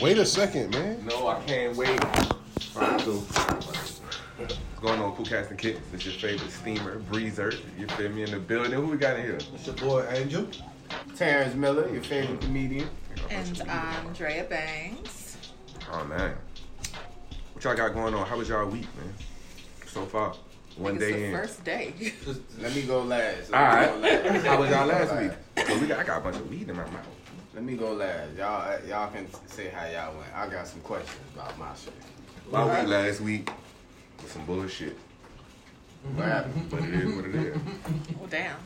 Wait a second, man. No, I can't wait. Round two. What's going on, Cool Cats and Kicks? It's your favorite steamer, breezer. You feel me in the building? Who we got in here? It's your boy Angel. Terrence Miller, your favorite comedian. And Andrea Banks. Oh man, what y'all got going on? How was y'all week, man? So far, one It's the day in. first day. Just let me go last. Let All right. me go last. How was y'all Let me last go week? Well, we got, I got a bunch of weed in my mouth. Let me go last. Y'all, y'all can say how y'all went. I got some questions about my shit. My week last week was some bullshit, What happened? but it is what it is. well, damn.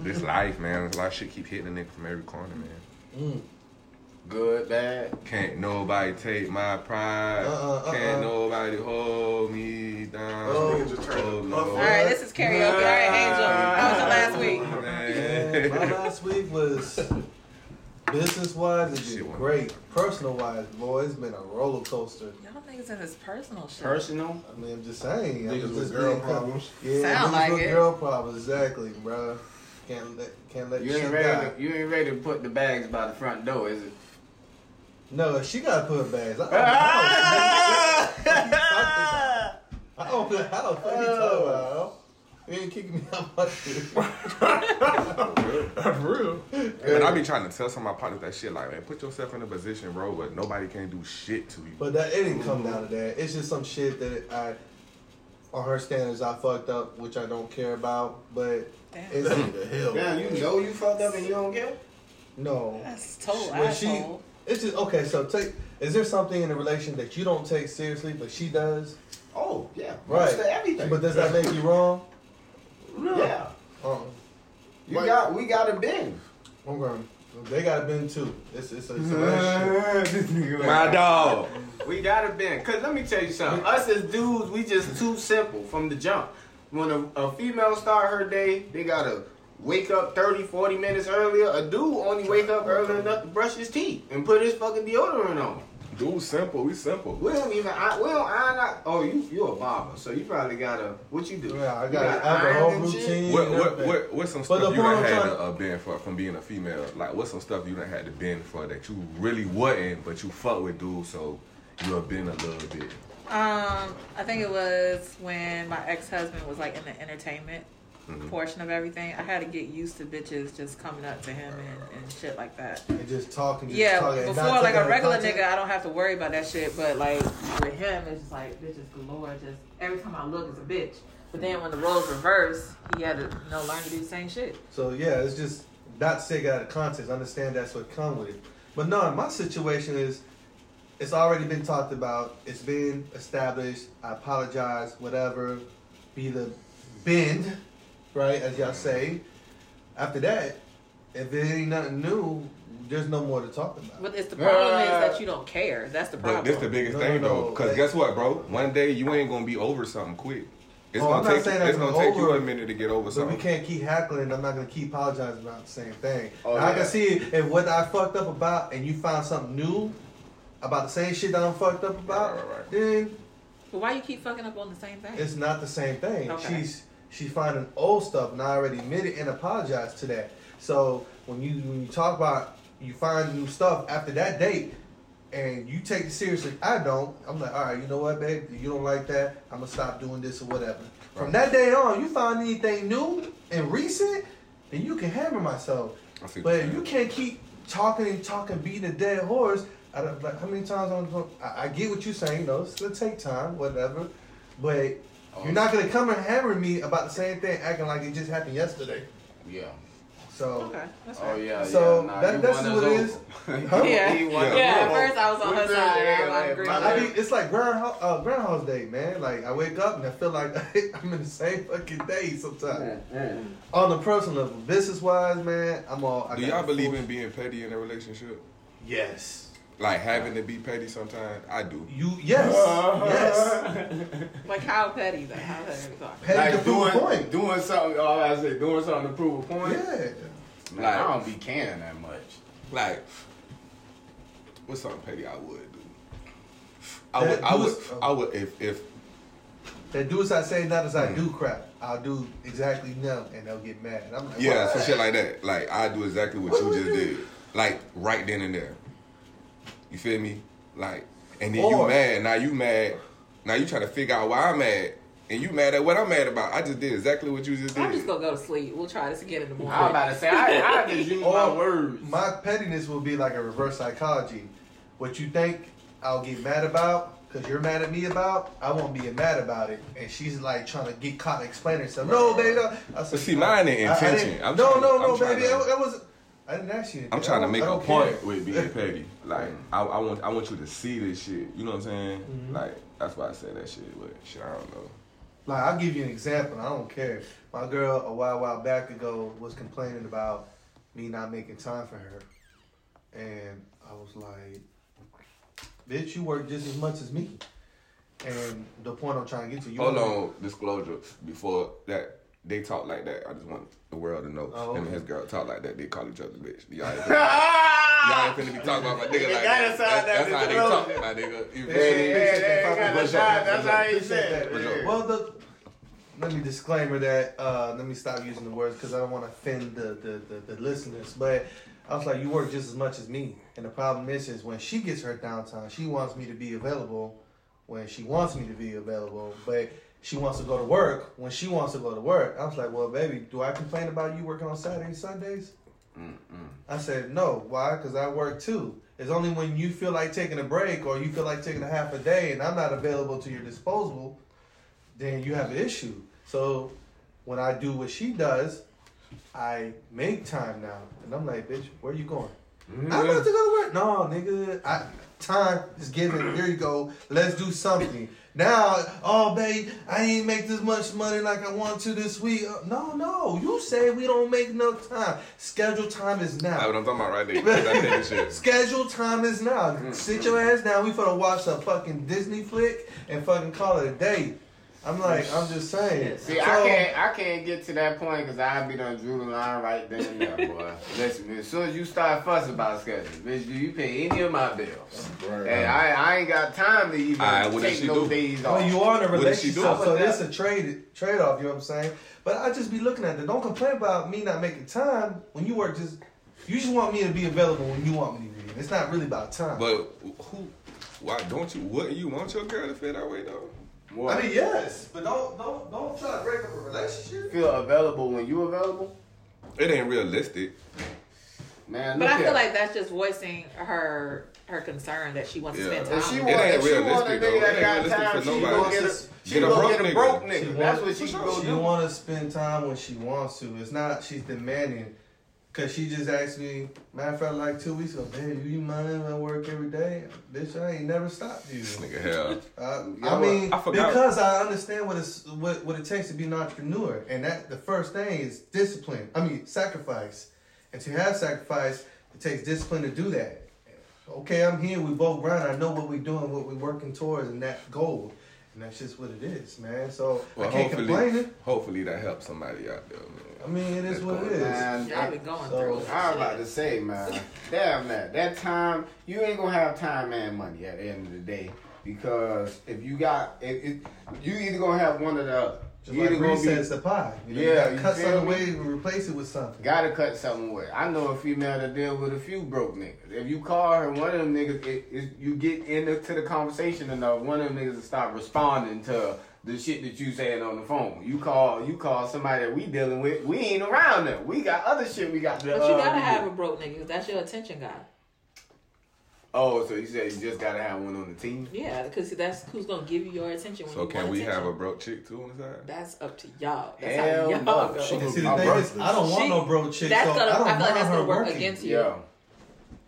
This life, man. There's a lot of shit keep hitting a nigga from every corner, man. Good, bad. Can't nobody take my pride. Uh-uh, uh-uh. Can't nobody hold me down. Oh, Oh, just turned Lord. up. All right, this is karaoke. All right, Angel. How was your last week? Yeah, my last week was business wise, it's Shit been went- great. Personal wise, boy, it's been a roller coaster. Y'all niggas in this personal shit. Personal? I mean, I'm just saying. I'm Niggas with just girl being kind- problems. Yeah, Sound niggas like with it. girl problems, exactly, bruh. Can't let, can't let You shit ain't die. ready. To, you ain't ready to put the bags by the front door, is it? No, she got put bags. I own the Oh. house. Ah! I own the house. What are you Oh. talking about? Al? You ain't kicking me out my shit. For real. And I be trying to tell some of my partners that shit like, man, put yourself in a position, bro, where nobody can do shit to you. But that it didn't come down to that. It's just some shit that I, on her standards, I fucked up, which I don't care about. But Damn. it's The hell. Damn, you know you fucked up and you don't care. no. That's total When she, asshole. it's just okay. So take. Is there something in a relation that you don't take seriously, but she does? Oh yeah, Right. Most of everything. But does that make you wrong? yeah, Uh-uh. you got we got a bin. I'm going. They got to bend too. It's it's a, it's a relationship. My dog. We gotta bend. Cause let me tell you something. Us as dudes, we just too simple from the jump. When a, a female start her day, they gotta wake up 30, 40 minutes earlier. A dude only wake up early enough to brush his teeth and put his fucking deodorant on. Dude, simple. We simple. We don't even I, we don't iron out. Oh, you you a barber, so you probably gotta what you do? Yeah, I You got. gotta I have a whole iron and shit? routine. What and what everything. what what's some But stuff you the point done I'm had trying- to uh, bend for from being a female? Like what's some stuff you done had to bend for that you really wasn't, but you fuck with dude, so you have been a little bit. Um, I think it was when my ex husband was like in the entertainment Mm-hmm. portion of everything. I had to get used to bitches just coming up to him and, and shit like that. And just talking. Just Yeah, talking, and not before like taking a the regular content. nigga, I don't have to worry about that shit. But like with him, it's just like bitches galore. Just every time I look, it's a bitch. But then when the roles reverse, he had to you know learn to do the same shit. So yeah, it's just not sick out of context. I understand that's what come with it. But no, my situation is it's already been talked about, it's been established, I apologize, whatever, be the bend, right, as y'all say. After that, if it ain't nothing new, there's no more to talk about. But it's the problem is Uh, that you don't care. That's the But problem. this the biggest No, thing no, no. though, because guess what, bro? One day you ain't gonna be over something quick. It's Oh, I'm gonna not take saying it's I'm gonna take you over a it, minute to get over But we something. can't keep heckling. I'm not gonna keep apologizing about the same thing. Oh, Now, I yeah. can see it, and what I fucked up about, and you found something new about the same shit that I'm fucked up about. Right, right, right. Then But why you keep fucking up on the same thing? it's not the same thing. Okay. She's she's finding old stuff, and I already admitted and apologized to that. So when you when you talk about you find new stuff after that date, and you take it seriously, I don't. I'm like, all right, you know what, babe, you don't like that. I'm gonna stop doing this or whatever. From Right. that day on, you find anything new and recent, then you can hammer myself. I see what you're But saying. you can't keep talking and talking, beating a dead horse. I don't, like, how many times I'm gonna- I, I get what you're saying, though. It's gonna take time, whatever. But you're not gonna come and hammer me about the same thing, acting like it just happened yesterday. Yeah. So okay, that's Oh right. yeah. So, yeah, nah, that- you that's won what us it is. over. Huh? Yeah. He won us Yeah, at over. first I was on We her good, side. yeah, I'm- I'm like, agreeing my with I her. mean, it's like Groundhog, uh, Groundhog's Day, man. Like I wake up and I feel like I'm in the same fucking day sometimes. On the personal level, business wise, man, I'm all. I Do got y'all the believe full- in being petty in a relationship? Yes. Like having to be petty sometimes? I do. You yes yes. Uh-huh. Like how petty? Like how petty are we talking? Petty to Like prove a doing, point. doing something. Oh, I say doing something to prove a point. Yeah. Man, Like- I don't be caring that much. Like, what's something petty I would do? I That would, I would, was- I would, if, if, That do as I say, not as Mm. I do crap. I'll do exactly them, and they'll get mad. And I'm like, yeah, what? some shit like that. Like, I do exactly what you just did. Like, right then and there. You feel me? Like, and then you Or- mad. Now you mad. Now you trying to figure out why I'm mad, and you mad at what I'm mad about. I just did exactly what you just did. I'm just gonna go to sleep. We'll try this again in the morning. I was about to say, I, I just use my Or words. My pettiness will be like a reverse psychology. What you think I'll get mad about, because you're mad at me about, I won't be mad about it. And she's like trying to get caught explaining herself. No, baby. I said, But see, mine ain't I- I didn't- intention. I'm no, trying to- no, I'm no, trying baby. to- That that was. I didn't ask you. I'm anything. trying to I don't- make I a don't point care. with being petty. Like I, I want I want you to see this shit. You know what I'm saying? Like that's why I said that shit. But shit, I don't know. Like I'll give you an example. I don't care. My girl a while while back ago was complaining about me not making time for her, and I was like, "Bitch, you work just as much as me." And the point I'm trying to get to, you Hold only- on, disclosure before that. They talk like that. I just want the world to know. Oh, Him and okay. his girl talk like that. They call each other bitch. Y'all ain't finna, y'all ain't finna be talking about my nigga like That that. is how That's, that that's how they disclosure. talk, my nigga. You feel Yeah, me? yeah, yeah. Well, Well, the let me disclaimer that uh, let me stop using the words because I don't want to offend the, the, the, the listeners. But I was like, you work just as much as me, and the problem is, is when she gets her downtime, she wants me to be available when she wants me to be available, but she wants to go to work when she wants to go to work. I was like, well, baby, do I complain about you working on Saturday and Sundays? I said, no. Why? Because I work too. It's only when you feel like taking a break or you feel like taking a half a day and I'm not available to your disposable, then you have an issue. So when I do what she does, I make time now. And I'm like, bitch, where you going? I'm about to go to work. No, nigga. I, time is given. Here you go. Let's do something. Now, oh, babe, I ain't make this much money like I want to this week. Uh, No, no. You say we don't make no time. Schedule time is now. That's what I'm talking about right there. That nigga shit. Schedule time is now. Sit your ass down. We finna watch a fucking Disney flick and fucking call it a day. I'm like, I'm just saying. See, I So, can't, I can't get to that point because I be done drew the line right then and there, boy. Listen, man, as soon as you start fussing about schedule, bitch, do you pay any of my bills? And I, I ain't got time to even Alright, what did take she no do? days off. Well, you are in a What did she relationship, do? so it's a trade trade off. You know what I'm saying? But I just be looking at it. Don't complain about me not making time when you work. Just you just want me to be available when you want me to be. It's not really about time. But who? Why don't you? What you want your girl to feel that way though? Boy, I mean, yes, but don't don't don't try to break up a relationship. feel available when you available, It ain't realistic. man. But look I feel here. like that's just voicing her her concern that she wants to Yeah. spend If time. she It want, ain't if she want a realistic, though. nigga It ain't that realistic got time, for she nobody. gonna get a, Just she get a gonna broke get a nigga. broke She nigga. want- That's what she for sure. gonna She do. want to spend time when she wants to. It's not she's demanding. Cause she just asked me, matter of fact, like two weeks ago, babe, you mind if I work every day? Bitch, I ain't never stopped you. This nigga hell. Uh, Yeah, well, I mean, I forgot. because I understand what it's what, what it takes to be an entrepreneur, and that the first thing is discipline. I mean, sacrifice, and to have sacrifice, it takes discipline to do that. Okay, I'm here. We both grind. I know what we're doing, what we're working towards, and that goal, and that's just what it is, man. So Well, I can't complain. hopefully, It. hopefully that helps somebody out there, man. I mean, it is That's what it cool. is. Man, Y'all been going So, through. I was about to say, man, damn that. That time, you ain't gonna have time and money at the end of the day because if you got, if, if you either gonna have one or the other. Just you like either Reese gonna says, the pie. You know, Yeah, you gotta you cut feel something me? away and replace it with something. be, gotta cut something with. I know a female that deal with a few broke niggas. If you call her one of them niggas, it, it, you get into the conversation enough, one of them niggas will stop responding to the shit that you saying on the phone. You call, you call somebody that we dealing with. We ain't around them. We got other shit. We got. to, But you uh, gotta do. have a broke nigga. 'cause That's your attention guy. Oh, so you said you just gotta have one on the team? Yeah, because that's who's gonna give you your attention. When So you can want we attention. have a broke chick too on the side? That's up to y'all. That's Hell how y'all no. go. She And see, the My thing brother- is, I don't want She- no broke chick, so I that's don't gonna. I, feel mind like that's her gonna work working. against you. Yo,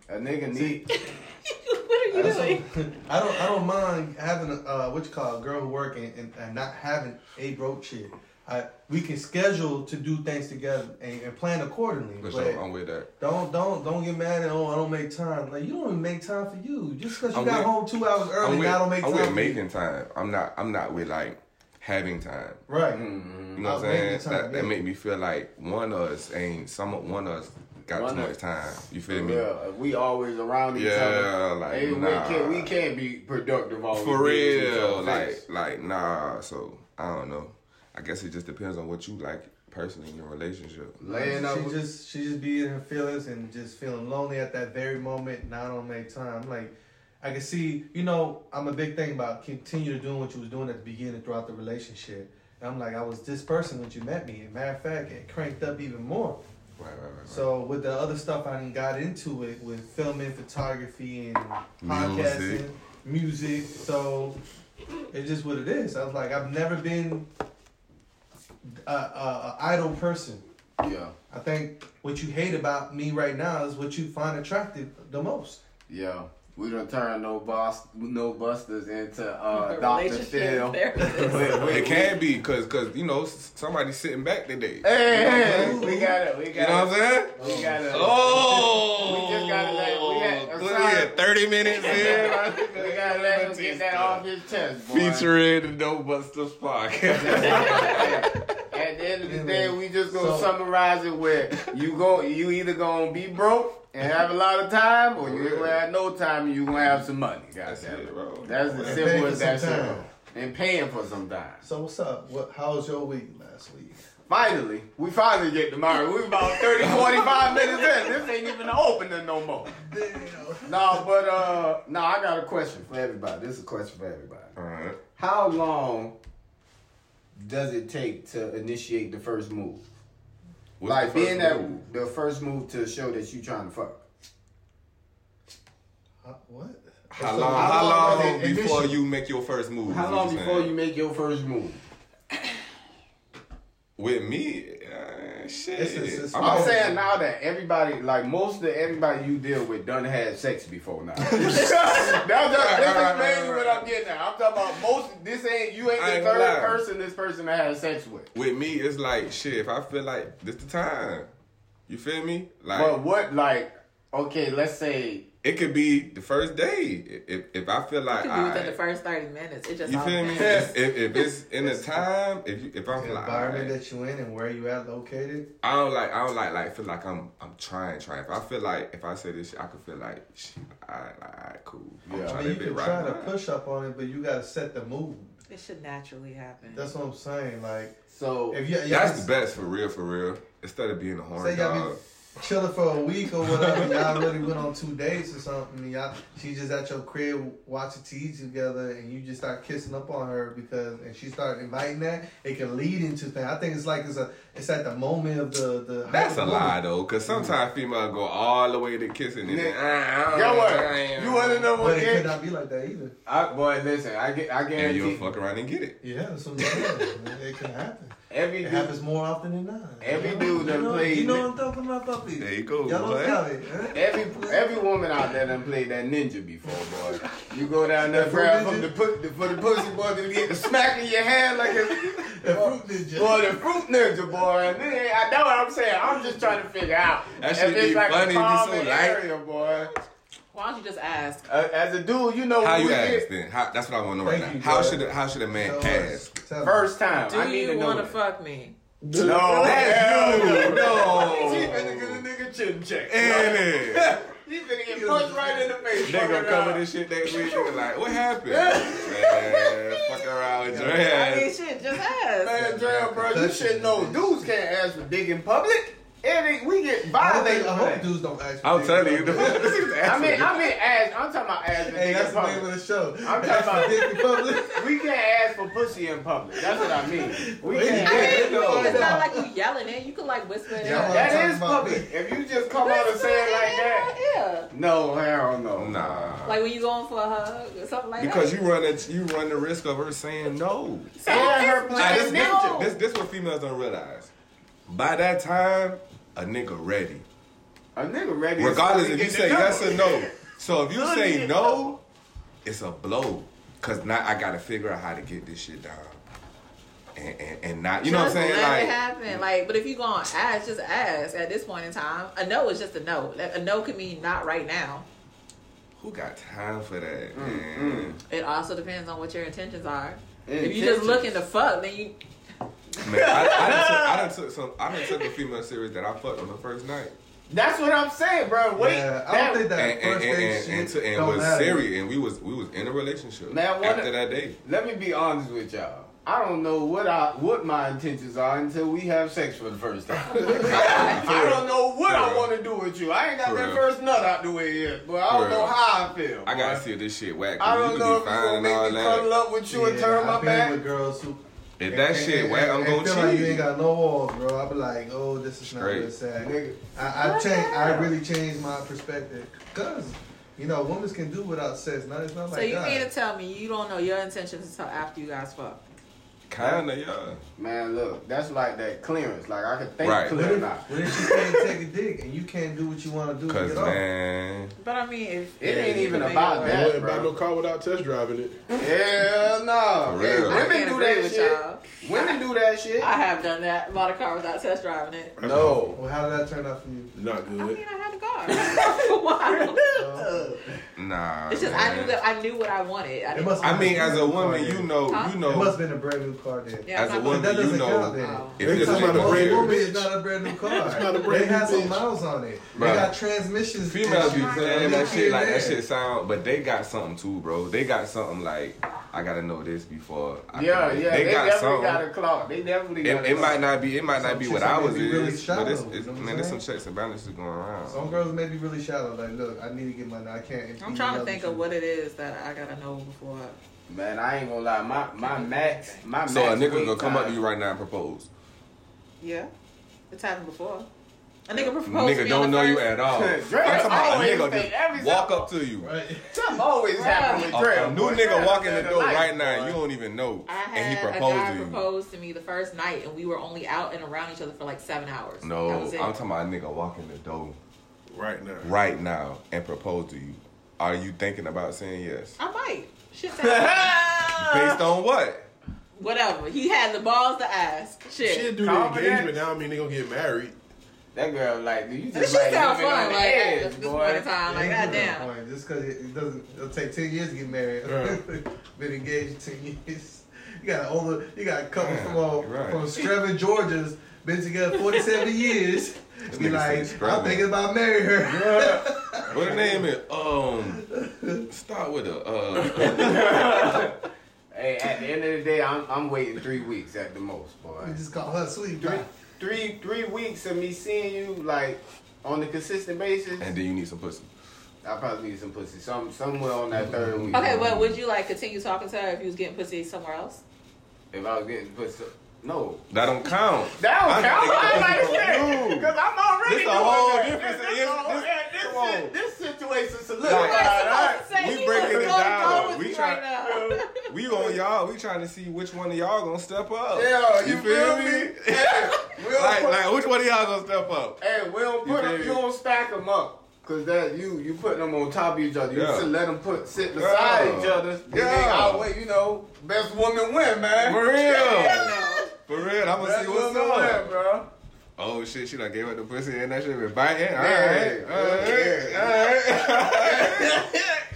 a nigga need. what are you That's doing? what- I don't I don't mind having a uh, what you call a girl who work and, and, and not having a broke chick. I, we can schedule to do things together and, and plan accordingly. For But sure, I'm with that. don't don't don't get mad at oh I don't make time. Like you don't even make time for you just because you I'm got with- home two hours early. I'm with, now I don't make I'm time. with for you. making time. I'm not. I'm not with like having time. Right. mm-hmm. You know what I'm I'm saying? making time, that, that yeah. make me feel like one of us ain't some. One of us got One too of- much time. You feel me? Yeah, we always around each Yeah, other. like, Hey, nah. we, can't, we can't be productive all For real, like, like nah. So I don't know. I guess it just depends on what you like personally in your relationship. laying up. she with- just she just be in her feelings and just feeling lonely at that very moment. And I don't make time. I'm like I can see, you know, I'm a big thing about continue to doing what you was doing at the beginning throughout the relationship. And I'm like, I was this person when you met me. And matter of fact, it cranked up even more. Right, right, right. right. So with the other stuff I done got into it with filming, photography, and podcasting, music. So it's just what it is. I was like, I've never been a, a, a idle person. Yeah. I think what you hate about me right now is what you find attractive the most. Yeah. We don't turn no boss, no busters into uh, A Doctor relationship Phil. therapist. Wait, wait, it can be because because you know s- somebody's sitting back today. Hey, hey, we got it. We You know got what it. I'm saying? We got it. Oh, We just gotta let- we had- I'm clearly sorry. at 30 minutes in. We gotta let him get that off his chest, boy. Featuring the No Busters podcast. At the end of the day, we just gonna So- summarize it where you go, you either gonna be broke and have a lot of time, or you ain't gonna have no time and you gonna have some money. That's Goddamn it, bro. That's as And simple paying as for that. some shit. time. And paying for some time. So what's up? What? How was your week last week? Finally, we finally get to Mario. We about 30, 45 minutes in. This ain't even the opener no more. No, but uh, no, I got a question for everybody. This is a question for everybody. Alright. How long does it take to initiate the first move? What's like the first being that move? the first move to show that you trying to fuck. How, what? How So long? how How long long, was it before initial- you make your first move? How is what long you're before saying? you make your first move? With me, uh, shit. It's- it's- it's- I'm I'm Oh. saying now that everybody, like most of everybody you deal with, done had sex before now. that's just, right, that's right, mainly what right. I'm getting at. I'm talking about most. This ain't you ain't I the ain't third lying. person this person I had sex with. with me, it's like shit. If I feel like this the time, you feel me? Like But what like? Okay, let's say it could be the first day. If if I feel like You can do within the alright, first 30 minutes. It just you all feel me? depends. If, if it's in the time, if you, if I'm The like, environment alright. that you in and where you at located. I don't like I don't like like feel like I'm I'm trying trying. If I feel like if I say this, shit, I could feel like shit. I like all right, cool. I'm Yeah. I trying mean, you to be can right. try to now. push up on it, but you gotta set the mood. It should naturally happen. That's what I'm saying. Like so. if you, you That's the best for real for real. Instead of being a horn Say y'all dog. be chilling for a week or whatever. and y'all really went on two dates or something. And y'all, she just at your crib watching TV together, and you just start kissing up on her because, and she started inviting that. It can lead into things. I think it's like it's a, it's at the moment of the the. That's a lie though, cause sometimes females go all the way to kissing and then ah, Y'all what? You wanna know But what? it could It, not be like that either. I, boy, listen, I get, I And you'll guarantee fuck around and get it. Yeah, that's what I'm saying. it can happen. every It dude, happens more often than not. Every dude that you know, played- You know what I'm talking about, puppy. There you go, Y'all boy. don't got it. Huh? every every woman out there done played that ninja before, boy. You go down there, The grab fruit from the, ninja? pu- the for the pussy, boy, to get the smack in your hand like a The fruit ninja. Boy, the fruit ninja, boy. And then, I know what I'm saying. I'm just trying to figure out. That if shit it's be like funny, A be common so light. area, boy. Why don't you just ask? Uh, as a dude, you know How when you we ask get then? How, that's what I want to know right Thank now. you, how bro. should a, how should a man Tell us. ask? Tell us. first time. Do I need you to know. want to that. fuck me? No, That's hell you. No. She finna get a nigga chin check. And it. He finna get punched right in the face. They gonna fucking cover up. this shit next week. They like, what happened? Man, fuck around with your ass. I mean, shit, just ask. Man, Dre, bro, you should know dudes can't ask for dick in public. And they- we get I hope, violated. they, I for hope that. dudes don't ask. for I'm dick. telling you, the, I mean, I mean, ass. I'm talking about ass for Hey, dick that's in the name of public. the show. I'm talking about- Dick Republic. We can't ask for pussy in public. That's what I mean. We Wait, can't. I mean, yeah, ask- they know. it's not like you yelling it. You could like whisper it. Yeah, out. I'm That talking is about public. me. If you just come out and say it like that, Yeah. no, hell no. nah. Like when you going for a hug or something like because that. you run it, you run the risk of her saying no. So And her it's plan just is no. This this what females don't realize. By that time, a nigga ready. A nigga ready. Regardless if to you say yes or no. So if you say no, it's a blow. Cause now I gotta figure out how to get this shit down. And and, and not you know what I'm Just saying? Let Like it happen. Like, but if you gonna ask, just ask. At this point in time, a no is just a no. Like, A no can mean not right now. who got time for that, Mm, man? It also depends on what your intentions are. If you just looking to fuck, then you mm. Man, I, I, done took, I done took some. I done took a female serious that I fucked on the first night, That's what I'm saying, bro. Wait. yeah, I don't that- think that and and first and, date and, shit and, to- and don't was matter. serious, and we was we was in a relationship Now, what- after that day. Let me be honest with y'all. I don't know what I what my intentions are until we have sex for the first time. I don't know what I want to do with you. I ain't got For that real. first nut out the way yet, but I don't For real. know how I feel. I gotta boy. see if this shit whack. 'cause I you don't can know be if you gonna fine and all make me cuddle that. up with you and turn I've my been back. with girls who If that and- shit and- whack, and- I'm and gonna feel like cheat. you ain't got no walls, bro. I be like, oh, this is not Straight. good sex. Nigga. I, I changed. I really changed my perspective because you know, women can do without sex. Not it's not So like you Oh God. mean to tell me you don't know your intentions until after you guys fuck? Kinda, yeah. Man, look, that's like that clearance. Like I can think Right. What clear if, now. what if you can't take a dick and you can't do what you want to do to Cause get off? man, But I mean, if It if ain't you even can make about it work. that. I wouldn't buy bro. no car without test driving it. Hell no. For Hey, real. I women can't do agree that with shit. y'all. Women do that shit. I have done that. Bought a car without test driving it. No. Well, how did that turn out for you? Not I good. mean, I had a car. Why? Uh, nah. It's just I knew that I knew what I wanted. I It didn't- must- I mean, as a woman, you know, Huh? you it know, must have been a brand new car then. Yeah, as a I'm not- But that woman, you doesn't count know. then. Oh. If They this talking shit about a gonna brand Most new work, women bitch. is not a brand new car. It's not a they brand have new some bitch. miles on it. They Bruh. got transmissions. Females be and shit. saying that shit like that Yeah. shit sound, but they got something too, bro. They got something like I gotta know this before. I Yeah, can do it. yeah. They, They, got definitely something. got a clock. They definitely got it, a it might clock. not be. It might Some not be chicks what may I was be is, really but it's, shallow, it's you know what man. I'm There's some saying? checks and balances going around. Some girls may be really shallow. Like, look, I need to get money. I can't. I'm trying to think of what it is that I gotta know before. I- Man, I ain't gonna lie. My my max, my So a max. nigga wait gonna come time- up to you right now and propose. Yeah, it's happened before. A nigga proposed. to Nigga me don't on the know you first- at all. I'm Dre, talking about a always nigga think every just walk time- up to you. Right. Something always Bruh. happen A, with Dre. a new boy. nigga Dre walk in the better door like right it, now, boy. you don't even know, I had and he a proposed guy to you. proposed to me the first night, and we were only out and around each other for like seven hours. No, that I'm was it. talking about a nigga walking the door Right now. right now and propose to you. Are you thinking about saying yes? I might. Shit. sound- Based on what? Whatever. He had the balls to ask. Shit. She'll do the Confidence. engagement now. I mean, they gonna get married. That girl, like, you This just like shit sound living fun. on the Like at edge, this point in boy. time, like Yeah, that's a good goddamn. point. Just because it doesn't, it'll take ten years to get married. Been engaged ten years. You got an older. You got a couple Yeah, from uh, you're right. from Strevin, Georgia's been together forty seven years. Be nigga like, said I'm Strevin. thinking about marrying her. What the name is? Um, start with a. Uh, Hey, at the end of the day, I'm I'm waiting three weeks at the most, boy. We just call her sweet. Three Nah. three three weeks of me seeing you like on a consistent basis. and then you need some pussy. I probably need some pussy. Some somewhere on that third week. Okay, but would you like continue talking to her if you was getting pussy somewhere else? If I was getting pussy, no. That don't count. That don't I'm count. thinking I'm about like shit, you. because I'm already This a doing whole that. different- This, this, it's- whole- this- and this, come on. shit- this situation Like, solidified. Right, supposed to say we he breaking was it going down. with We you try- right now. We on y'all. We trying to see which one of y'all gonna step up. Yeah, you feel me? Yeah. We don't like, put- like which one of y'all gonna step up? Hey, we don't You put feel them. me? You don't stack them up, cause that you you putting them on top of each other. You Yeah. should let them put sit beside Yeah. each other. And they Yeah. outweigh, you know, best woman win, man. For real. No. For real. I'm gonna Best see woman what's win, up. bro. Oh shit, she done gave up the pussy and that shit been biting. All Yeah. right, all right, all right.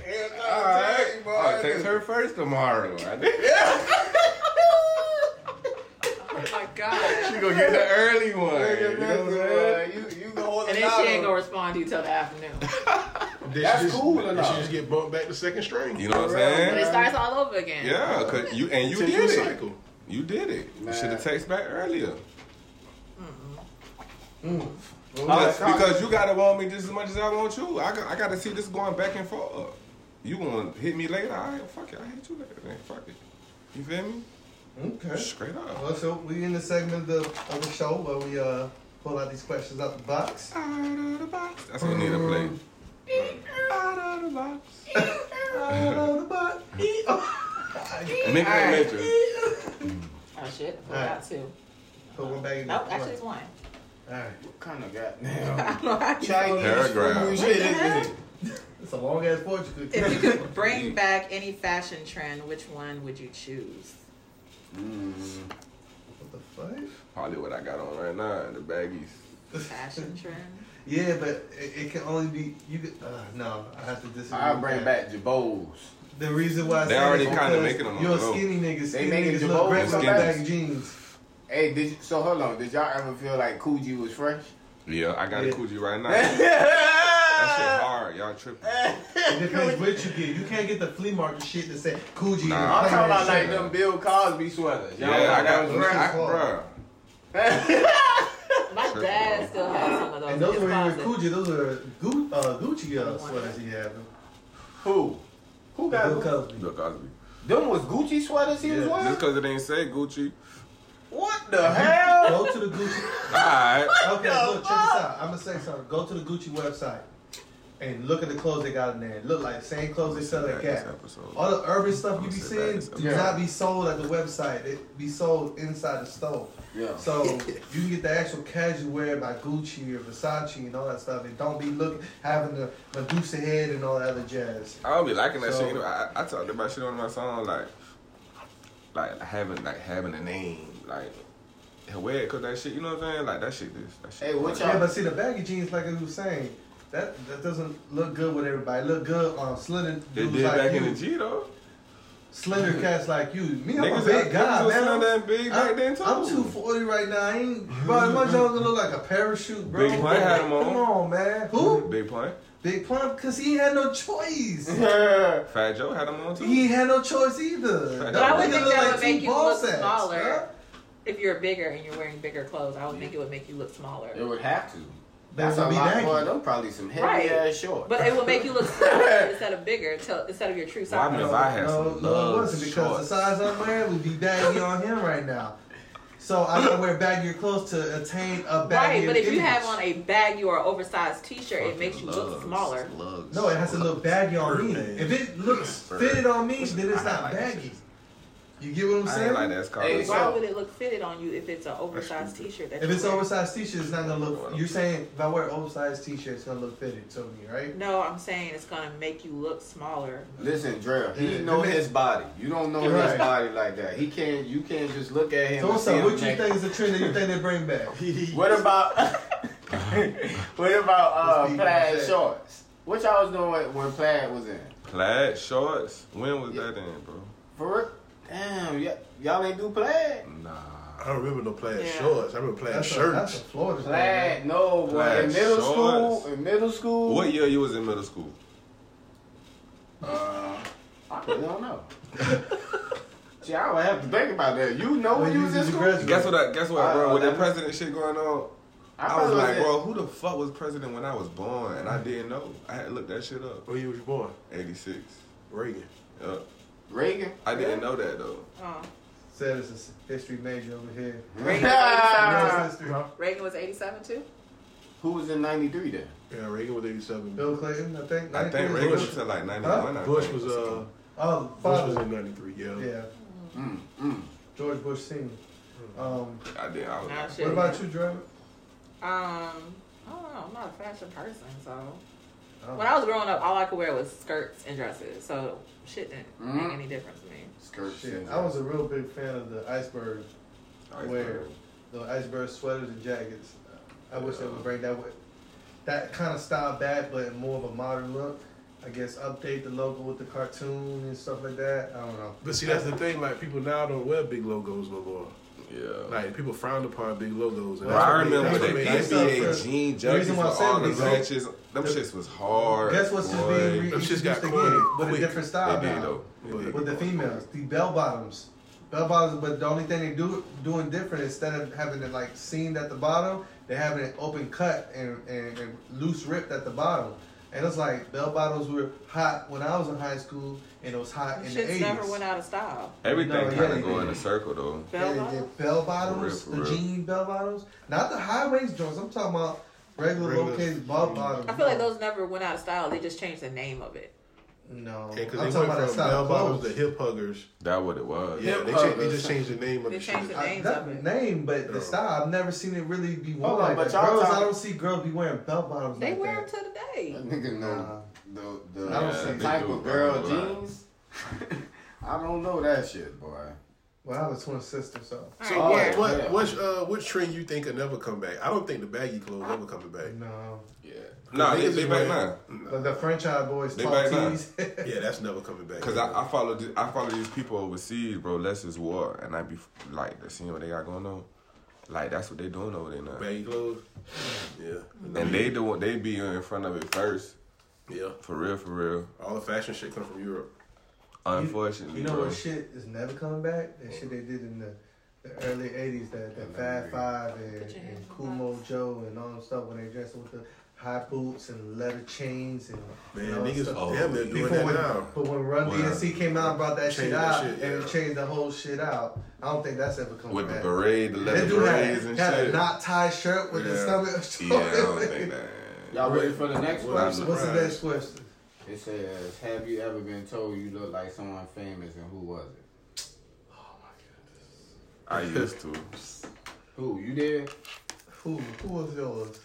Here's what All I'm right. telling you, boy. I'll text her first tomorrow. I think Oh my god. she gonna get the early one. You Nigga, know what I'm listen, saying? boy, You you gonna hold And it then out. she ain't on- gonna respond to you till the afternoon. Then she That's just- cool or then not? She just get bumped back to second string. You know what I'm And it saying? starts all over again. Yeah, cause you and you Ten year did it. cycle. You did it. You Man. should have texted back earlier. Oh, Because, that's- because you gotta want me just as much as I want you. I, got, I gotta see this going back and forth. You gonna hit me later? All right, fuck it. I hit you later. Then fuck it. You feel me? Okay. Straight up. Well, so we in the segment of the, of the show where we uh pull out these questions out the box. Out of the box. That's what I need to play. Out of the box. Out of the box. Eat. Make that Alright. mention. Oh shit. I Alright. forgot two. Put one back in Nope, there. actually it's one. All right. What kind of goddamn I don't know how you- Chinese Paragraph. food shit is this? It's a long ass fortune cookie. If you could bring back any fashion trend, which one would you choose? What the fuck? Probably what I got on right now. The baggies. Fashion trend? Yeah, but it, it can only be you. Could, uh, no, I have to disagree. I'll with bring that. back Jabos. The reason why I They say that already is kinda because making them You're a look low. skinny niggas. Skinny making niggas Jabot look great with look baggy skinny. jeans. Hey, did you, so hold on. Did y'all ever feel like Coogee was fresh? Yeah, I got Yeah. a coochie right now. that shit hard. Y'all tripping. It depends what you get. You can't get the flea market shit that say Coogee. Nah. I'm talking about like shit. them Bill Cosby sweaters. Yeah, y'all. I got, that was I, really bruh. My dad still has some of those. And those in were his even closet. Coogee. Those are Gu- uh, Gucci uh, sweaters he had. Who? Who got Bill Gucci? Cosby. Bill Cosby. Them was Gucci sweaters he was Yeah. Just wearing? because it ain't say Gucci. What the hell? Go to the Gucci. All right. Okay, look, check this out. I'm gonna say something. Go to the Gucci website and look at the clothes they got in there. Look like the same clothes they sell at Back this Gap. episode. All the urban stuff you be sit back seeing and do sit back. not be sold at the website. It be sold inside the store. Yeah. So you can get the actual casual wear by Gucci or Versace and all that stuff. And don't be looking having the Medusa head and all that other jazz. I don't be liking that So- shit. Anyway. I, I talked about shit on my song, like, like having like having a name, like weird, cause that shit. You know what I'm saying? Like that shit. This. That shit Hey, what Yeah, y'all- but see the baggy jeans, like I was saying, that that doesn't look good with everybody. Look good on slender They dudes did like back you. in the G though. slender cats like you. Me, I'm Niggas a big out- guy, niggas was man. slender and big back I'm- then, too. I'm 240 right now. I ain't, bro, my junk gonna look like a parachute, bro. Big Pun had 'em on. Come on, man. Who? Big Pun. Big Pun, because he ain't had no choice. Yeah. Fat Joe had him on too. he ain't had no choice either. But That I would nigga think look that would like make two you ball look sacks, smaller. huh? If you're bigger and you're wearing bigger clothes, I would think it would make you look smaller. It would have to. That That's would a be lot baggy. more. Them probably some heavy Right. ass shorts. But it will make you look smaller instead of bigger, till, instead of your true Why size. If I had no, some no, love it wasn't because shorts. the size I'm wearing would be baggy on him right now. So I gotta wear baggier clothes to attain a baggy. Right, but if you image. have on a baggy or an oversized T-shirt, it makes you look Lugs, smaller. lugs, No, it has to look baggy on me. If it looks fitted on me, then it's I not like baggy. You get what I'm I ain't saying? like that. It's called. Hey, Why So- would it look fitted on you if it's an oversized T-shirt? That If you it's wear? oversized t-shirt, it's not gonna look. You're saying if I wear oversized t-shirt, it's gonna look fitted to me, right? no, I'm saying it's gonna make you look smaller. Listen, Dre, Yeah, he know the man- his body. You don't know Right. his body like that. He can't. You can't just look at him. So and what's see up? him What you naked. think is the trend that you think they bring back? What about what about Let's uh, be plaid exact. shorts? What y'all was doing when plaid was in? Plaid shorts. When was Yeah. that in, bro? For real? Damn, y- y'all ain't do plaid. Nah. I don't remember no plaid Yeah. shorts. I remember plaid That's a, that's a shirts. Florida thing, man. Plaid, no boy. Plaid in middle shorts. school, in middle school. What year you was in middle school? Uh, I really don't know. See, I would have to think about that. You know when When you you was was in a school. graduate. Guess what? I, guess what, bro? Uh, with that that- president shit going on, I probably was like, in- bro, who the fuck was president when I was born? And I didn't know. I had looked that shit up. Where you was born? 86. Reagan. Yup. Reagan. I didn't know that though. Oh. Said it's a history major over here. Reagan, You know Ah. it's history. Reagan was 87 too. Who was in '93 then? Yeah, Reagan was 87. Bill Clinton, I think. I think 93. Reagan Bush. was till like 91. I Bush think. was uh, Oh, Bush was father. in '93. Yeah. Yeah, Mm, mm. George Bush Senior. Um, I did. I was Nah, like, shit. what about you, Dre? Um, I don't know. I'm not a fashion person, so Oh. when I was growing up, all I could wear was skirts and dresses. So shit didn't Mhm. Mm-hmm. make any difference to me. Skirts. Shit, and- I was a real big fan of the iceberg, I Where? was the iceberg sweaters and jackets. I wish they would bring that way, that kind of style back, but more of a modern look. I guess update the logo with the cartoon and stuff like that. I don't know. But see, that's the thing. Like people now don't wear big logos no more. Yeah. Like people frown upon big logos. And Bro, that's I what made- remember that's the what made history. stuff NBA first. jean The reason jerseys with why I said all the this, bro, matches. Them the- shits was hard. Guess what's just being boy. Them shits reintroduced got again corny with quick. a different They style did now though. They did. with the females, the bell bottoms, bell bottoms. But the only thing they do doing different instead of having it like seamed at the bottom, they're having it open cut and, and, and loose ripped at the bottom. And it's like bell bottoms were hot when I was in high school, and it was hot in the Shit's eighties. never went out of style. Everything No, kind yeah. of go in a circle though. Yeah, Bell the bottom? bell bottoms, For real, the for real. jean bell bottoms, not the high waist joints. I'm talking about regular, Regular low case bell jeans. bottoms. I feel like those never went out of style. They just changed the name of it. No, Yeah, I'm because they talking went about that from style bell of bottoms to clothes. hip huggers. That what it was. Yeah, Hip they, changed, they huggers. just changed the name of They the changed shit. the I, names that of it. name, but the Yeah. style, I've never seen it really be worn Hold on, like but that. y'all Girls, I talk- don't see girls be wearing bell bottoms They like wear them that. to the day. That nigga Nah. know the the I don't the see type it. of girl Dude, I don't know. jeans. I don't know that shit, boy. Well, I have a twin sister, so So All right, what, yeah. what, Yeah. which, uh, which trend you think could never come back? I don't think the baggy clothes ever coming back. no. Yeah. Nah, they, Niggas they is back wearing- now. But the franchise boys They talk might not. tees. Yeah, that's never coming back. Cause I, I follow th- I follow these people overseas, bro. Less is war, and I be f- like seeing what they got going on. Like that's what they doing over there now. baggy clothes. Yeah, And they do they be in front of it first, Yeah. For real, for real. All the fashion shit come from Europe. Unfortunately, You know bro. what shit is never coming back? That shit they did in the, the early '80s, that that Fab Five and, Put your hands and in the Kumo box. Joe and all them stuff when they dressed with the high boots and leather chains and Man, and all that niggas stuff. oh, damn near Before doing that when, now. but when Run Wow. DMC came out and brought that shit Changed that out shit, and yeah. changed the whole shit out, I don't think that's ever coming With the back. beret, the They leather do berets that. and Had a shit. knot tie shirt with the Yeah. stomach. yeah, I don't think that. Y'all ready for the next What I'm one? surprised. What's the next question? It says, "Have you ever been told you look like someone famous, and who was it? I used to. Who you did? Who who was yours?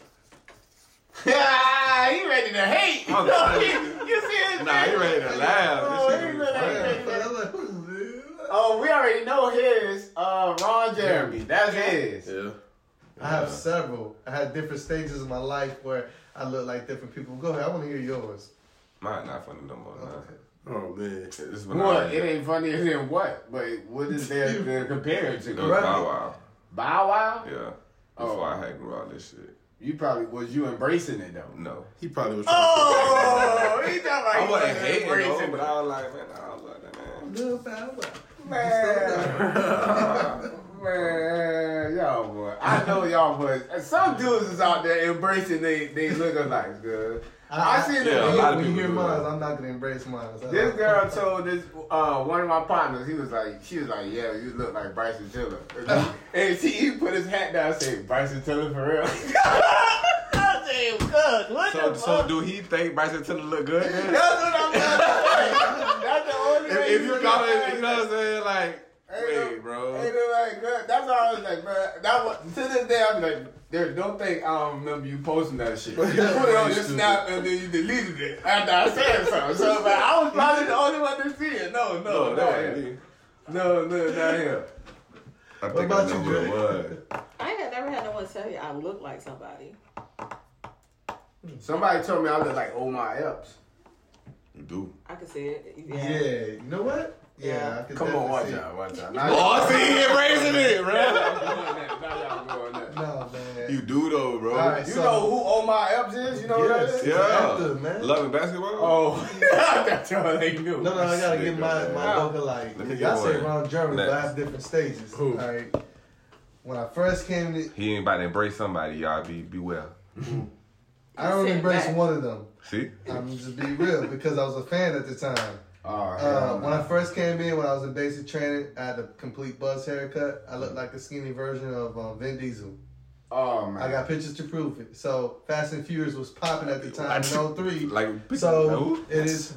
Ah, he ready to hate. I'm sorry. you see his Nah, face? you ready to laugh? Oh, This he shit ready to was hate. funny. I'm like, who's this? Oh, we already know his. Uh, Ron Jeremy. That's his. Yeah. I have several. I had different stages of my life where I look like different people. Go ahead. I want to hear yours. Mine not funny no more. Nah. Oh man. This is when What? I- It ain't funnier than what? But what is there to compare it to? It was Right. Bow Wow. Bow Wow. Yeah. Oh. Before I had grew all this shit. You probably was you embracing it though. No. He probably was. Oh, he talking about I wasn't he hating though, embracing but I was like, man, I was like, man. Little Bow Wow. Man, man, y'all boy. I know y'all boys. and Some dudes is out there embracing they they lookalikes, good. Uh-huh. I, seen the Yeah, a video. lot of when you people hear do mine, that. I'm not gonna embrace mine. This girl told this uh, one of my partners. He was like, she was like, yeah, you look like Bryson Tiller. And she he put his hat down, and said, Bryson Tiller for real. I said, "Cuz, what So, the so fuck? do he think Bryson Tiller look good? That's then? what I'm saying. That's the only if, way if you look got like it, you know what I'm saying? Like, Ain't wait, no- bro. Ain't no like, man, that's why I was like, man, that was, to this day, I'm like, there's no thing I don't remember you posting that shit. You put it on your snap and then you deleted it after I said something. So, man, I was probably the only one to see it. No, no, No, no, that no, ain't no, me. no, not here. I think about I know you, who it was. I ain't never had no one tell you I look like somebody. Somebody told me I look like oh, Omar Epps. You do. I can see it. Yeah. You know what? Yeah. I can Come on, definitely watch see. out, watch out. Now Oh, see, he embracing it, bro. y'all going there. Now y'all going there. No man. You do though, bro. All right. You So- know who Omar Epps is? You know who that Yes. is? Yeah. Actor, man. Love and basketball. Oh, I thought y'all ain't knew. No, no, I gotta get my Nigga, my man. local like. Let me I get say one. Ron Jeremy, but I Next. have different stages. Who? All right. When I first came to, He ain't about to embrace somebody, y'all. Be beware. I don't said embrace that. one of them. See? I'm just be real because I was a fan at the time. All right. Uh, when I first came in, when I was in basic training, I had a complete buzz haircut. I looked like a skinny version of um, Vin Diesel. oh man. I got pictures to prove it. So Fast and Furious was popping at the time in 03. Like, so it is.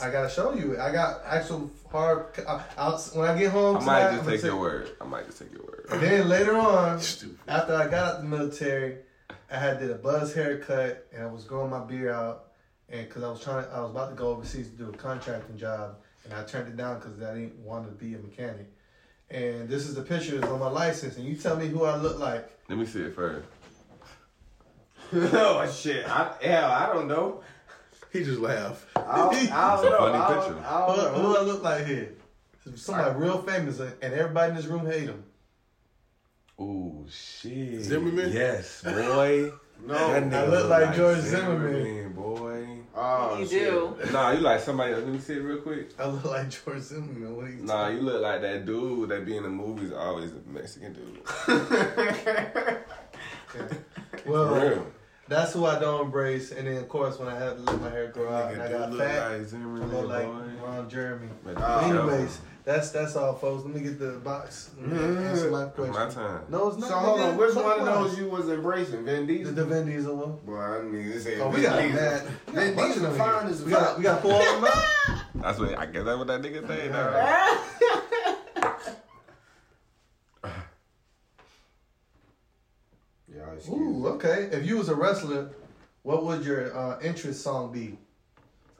I gotta show you. it. I got actual hard. I, I'll, when I get home, I might tonight, just I'ma take your word. I might just take your word. Then later on, Stupid. after I got out the military, I had did a buzz haircut and I was growing my beard out, and because I was trying, I was about to go overseas to do a contracting job, and I turned it down because I didn't want to be a mechanic. And this is the pictures on my license, and you tell me who I look like. Let me see it first. oh shit! I, hell, I don't know. He just laughed. I don't, I don't It's a know. funny I don't, picture. I Who, don't who know. I look like here? Somebody real famous, and everybody in this room hate him. Ooh, shit. Zimmerman? Yes, boy. No, That Oh, I nigga look like George Zimmerman. boy. Oh, you shit. do. Nah, you like somebody else. Let me see it real quick. I look like George Zimmerman. What are you Nah, you look like that dude that be in the movies always a Mexican dude. Well, For real. that's who I don't embrace. And then of course, when I had to let my hair grow out, and I got fat. I look like Ron Jeremy. But But yo, anyways, that's that's all, folks. Let me get the box. and Answer my it's question. my time. No, it's not. So hold nigga. on, which Fuck one of why. those you was embracing? Vin The, Diesel. the Vin Diesel one. Boy, I mean, this ain't Oh, we Vin got Diesel. mad. Vin Diesel fine as We got fuck. we got four of them. out? That's what I guess that's what that nigga say now. Y'all excuse Ooh, okay. If you was a wrestler, what would your uh, entrance song be?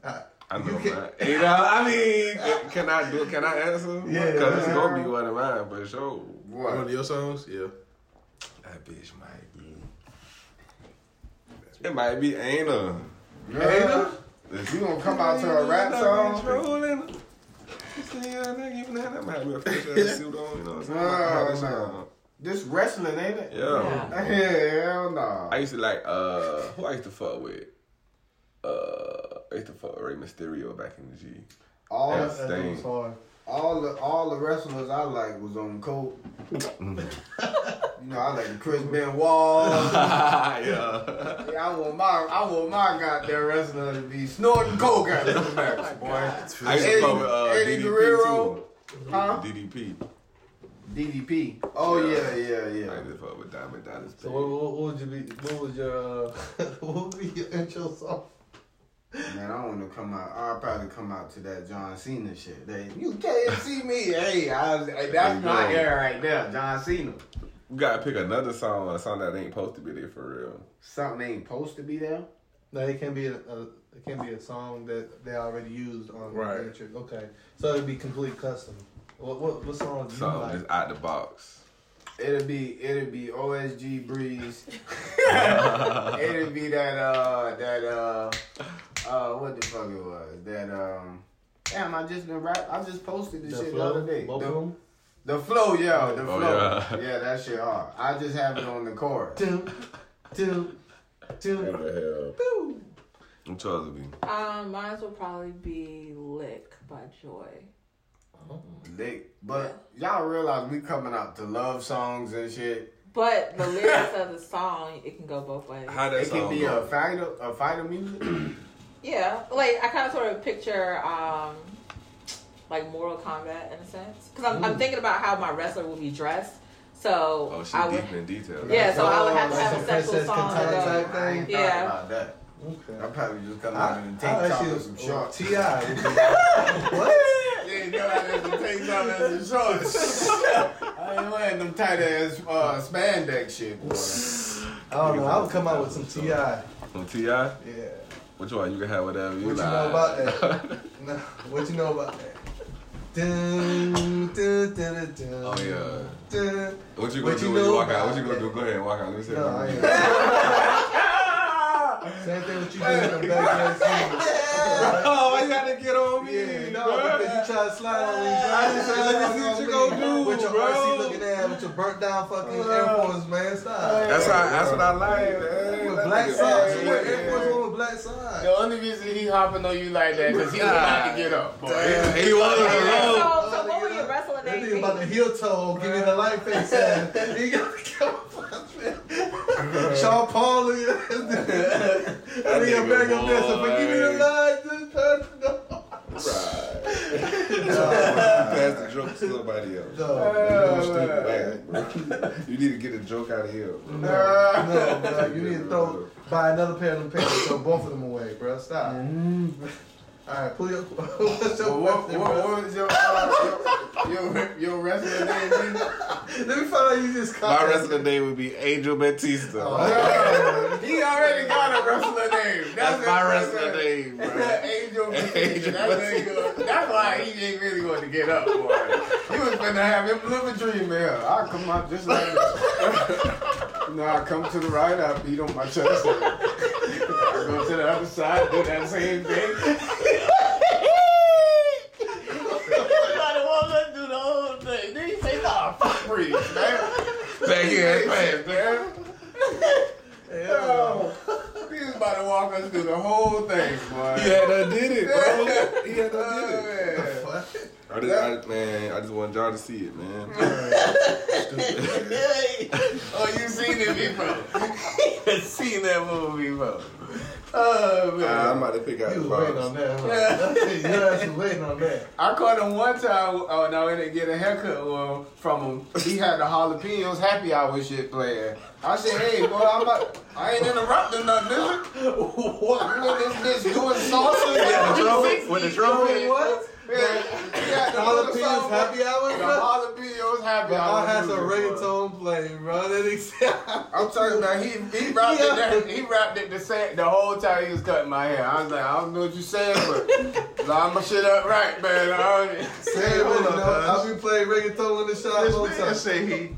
Uh, I know you can- mine. You know, I mean, can I do? Can I answer? Yeah, because it's yeah. gonna be one of mine for sure. One of What? your songs? Yeah. That bitch might be. It might be Anna. Nigga? It's- You gonna come out to a rap song? Rolling. You see, uh, nigga, even that, that might be a fresh ass suit on, you know what I'm saying? Nah, Might have nah. some- This wrestling, ain't it? Oh. Yeah. Yeah. Hell no. I used to like uh who I used to fuck with. Uh I used to fuck Rey Mysterio back in the G. All Yeah. the, That dude was Stain. hard. all the all the wrestlers I like was on coke. you know, I like the Chris Benoit. yeah. Yeah, I want my I want my goddamn wrestler to be snorting coke out of his mouth, boy. I used to fuck with uh, Eddie DDP Guerrero. too. Huh? DDP. DDP. Oh yeah, yeah, I yeah. used to fuck with Diamond Dallas. So what, what, what would you be? What was your uh, what would be your intro song? Man, I want to come out. I'll probably come out to that John Cena shit. They, you can't see me. Hey, I, was- hey, There you that's my go. era right there, John Cena. We gotta pick another song, a song that ain't supposed to be there for real. Something ain't supposed to be there. No, it can be a, a it can be a song that they already used on Right. the intro. Okay, so it'd be complete custom. What what, what song do you Something like? just out the box. It'll be it'll be OSG Breeze. it'll be that uh that uh uh what the fuck it was that um damn I just been rap I just posted this shit the other day both the, of them. the flow yo the Oh, flow yeah. yeah. that shit hard I just have it on the chorus Doom, doom, doom. What I'm trying to be. Um, mine will probably be "Lick" by Joy. lick but y'all realize we coming out to love songs and shit But the lyrics of the song, it can go both ways. How that it can song be go? a fighter a fighter music Yeah, like I kind of sort of picture um, like Mortal Kombat in a sense, because I'm, I'm thinking about how my wrestler will be dressed. So Oh, she I would, deep in detail. Yeah, so I would have to Like have some a sexual Princess song. Katana that type goes- I ain't thing. thought Yeah. about that I Okay. probably just come out I, and I take actually- off with some shorts Ti. would be- what? You ain't know that them tank top and some shorts. I ain't wearing them tight ass uh, spandex shit, boy. I don't know. I would come out with some Ti. Yeah. From Ti, What which one you can have whatever you you know like. about that? No, what you know about that? Dun, dun, dun, dun, dun. oh yeah. Dun. What you gonna What do you when you know walk out? about What you gonna do? that? Go ahead and walk out. Let me see. No, I ain't. Same thing with you doing in the back ass. Oh, why you gotta get on me? Yeah, no, because you try to slide on me, bro. I just said, let me see what you gonna do, With your bro. RC looking ass, with your burnt down fucking Air Force, man. Stop. That's how. That's what I like, man. With That's black what- socks. Yeah, You wear Air yeah. Force One with black socks. The only reason he hopping on you like that because he was about to get up, boy. He was So, alone. so what would your wrestler That name nigga be? about to heel toe, give me the light face ass. He got to come up, man. Sean Paul, and that nigga nigga, back up there, so boy. forgive me the light, just turn it off. Pass the joke to somebody else. you need to get a joke out of here. Bro. No, bro, you need to throw buy another pair of them pants and throw both of them away, bro. Stop. All right, pull your. What's your So what, question, what, bro? what was your, uh, your, your, your wrestler name? B? Let me find out you just caught My that. wrestling name would be Angel Batista. Oh. Uh, he already got a wrestler name. That's his my wrestler name, bro. Angel Angel Batista. That nigga- That's why he ain't really going to get up, boy. He was finna have him live a dream, man. I'll come out just like this. no, I come to the right, I beat on my chest. I go to the other side, do that same thing. Everybody won't let do the whole thing. Then you say, nah, fuck breathe, man. Thank you, man. man. Hell He was about to walk us through the whole thing, boy. He had done did it, bro. He had done did it. no. Oh, Fuck. I just, I, man, I just want y'all to see it, man. man. oh, you seen it before. you seen that movie before. Oh, Uh, man. I'm about to pick out You the was waiting on box. that, huh? you ass was waiting on that. I caught him one time. Oh, no, I didn't get a haircut well, from him. He had the jalapenos happy hour shit playing. I said, hey, boy, I'm about, I ain't interrupting nothing, is it? What? This bitch doing salsa? With the drum, with the drum. What? Yeah, he had the All the little penis song, boy. happy hour, The bro? jalapenos happy But hour. I had music, some boy. reggaeton playing, bro. That nigga- I'm talking about he he wrapped Yeah. it that, he wrapped it the same the whole time he was cutting my hair. I was like, I don't know what you saying, but line my shit up right, man. I don't- Hey, hold on, I be playing reggaeton in the shop all the time. say he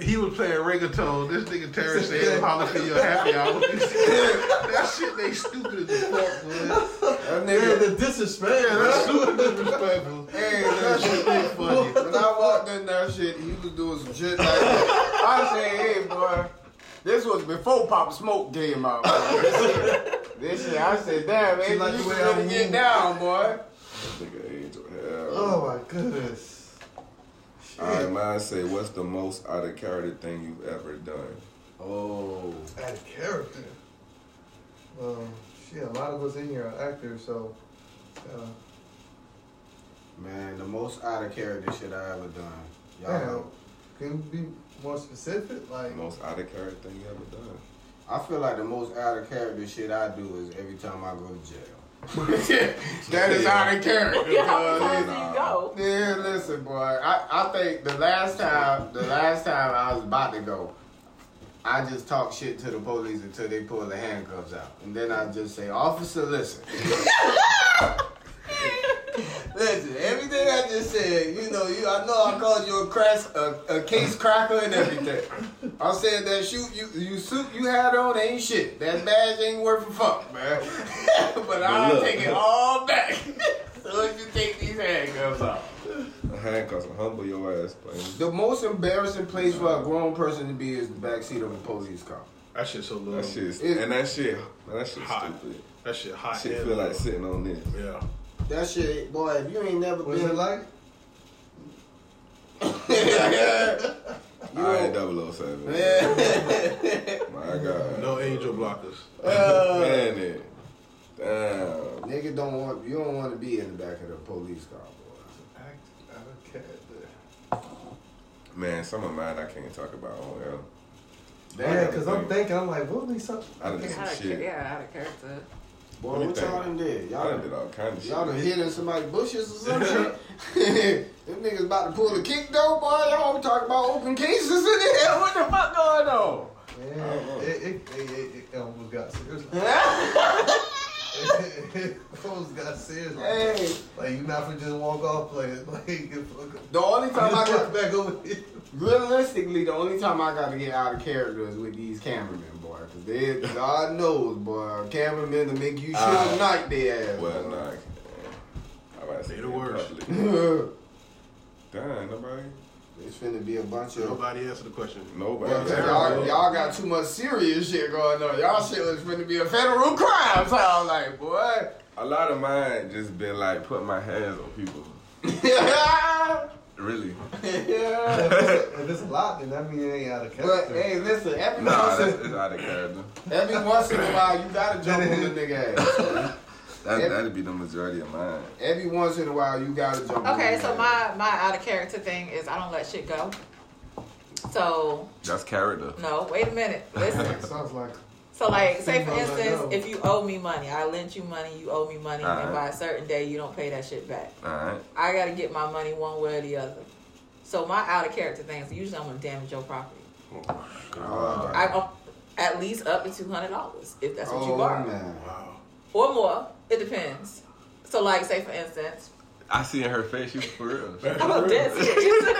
he was playing reggaeton. This nigga Terrence said, "Holla for your happy hour." that shit, they stupid as fuck, man. That Yeah, nigga, the disrespect, That's bro. super disrespectful. hey, That that shit. shit ain't funny. When I walked in that shit, he was doing some shit like that. I said, hey, boy, this was before Pop Smoke came out. Boy. This shit- This shit, I said, damn, man, She like you the way should I get move. down, boy. Nigga, angel hell. Oh my goodness. Shit. All right, mine say, what's the most out of character thing you've ever done? Oh, Out of character. Well, shit, a lot of us in here are actors, so. Uh, man, the most out of character shit I ever done. Y'all, Damn. Can you be more specific? Like, The most out of character thing you ever done? I feel like the most out of character shit I do is every time I go to jail. that is out of character. cuz. Nah. go. Yeah, listen, boy. I, I think the last time, the last time I was about to go, I just talk shit to the police until they pull the handcuffs out, and then I just say, "Officer, listen." Listen, everything I just said, you know, you I know I called you a crass, a, a case cracker and everything. I said that shoot you you suit you had on ain't shit. That badge ain't worth a fuck, man. but I'll look. take it all back. so if you take these handcuffs off. The handcuffs will humble your ass, plain. The most embarrassing place for a grown person to be is the backseat of a police car. That shit so low. That shit's, It- and that shit, that shit's Hot. stupid. That shit hot. Shit and feel low. like sitting on this. yeah. That shit, boy, if you ain't never what's been it like? You I ain't- ain't 007. Yeah. My God. No angel blockers. Man, it. Damn. Nigga don't want you don't want to be in the back of the police car, boy. Act out of character. Man, some of mine I can't talk about on air. Yeah, because I'm thinking, I'm like, what would be something? I done did It's some out of char- shit. yeah, out of character. boy, what y'all done did? I Y'all done done, did all kind of shit. y'all done hid in somebody's bushes or some shit. Them niggas about to pull the kick though, boy. Y'all talking about open cases in here. What the fuck going on? Yeah, it, it, it, it, it almost got serious. it almost got serious. Like, hey, like you not for just walk off, play it. Like, get fuck up. the only time I got Just walk back over here. realistically, the only time I got to get out of character is with these cameramen, boy. Cause they, God knows, boy, cameramen to make you sure Ah. night their ass. Well, boy. nah. I about to say They the that worst. publicly. Damn, nobody. It's finna be a bunch of. Nobody answer the question. Nobody. Well, y'all, y'all got too much serious shit going on. Y'all shit was finna be a federal crime. So I was like, boy. A lot of mine just been like putting my hands on people. Really. if it's locked, then that means it ain't out of but character. hey, listen, every Nah, once that's, in, that's out of character. every once in a while, you gotta jump on the nigga ass. That, that'd be the majority of mine. Every once in a while, you gotta jump. on Okay, the so nigga ass. my my out of character thing is I don't let shit go. So That's character. no, wait a minute. Listen. Sounds like So like, say for Sometimes I instance, know. if you owe me money, I lent you money, you owe me money, and Uh-huh. by a certain day you don't pay that shit back. All right. I gotta get my money one way or the other. So my out of character things usually I'm gonna damage your property. Oh, I um, at least up to two hundred dollars if that's what you oh, borrow man. Wow. or more. It depends. So like, say for instance, I see in her face, she was for real. I'm about dead serious.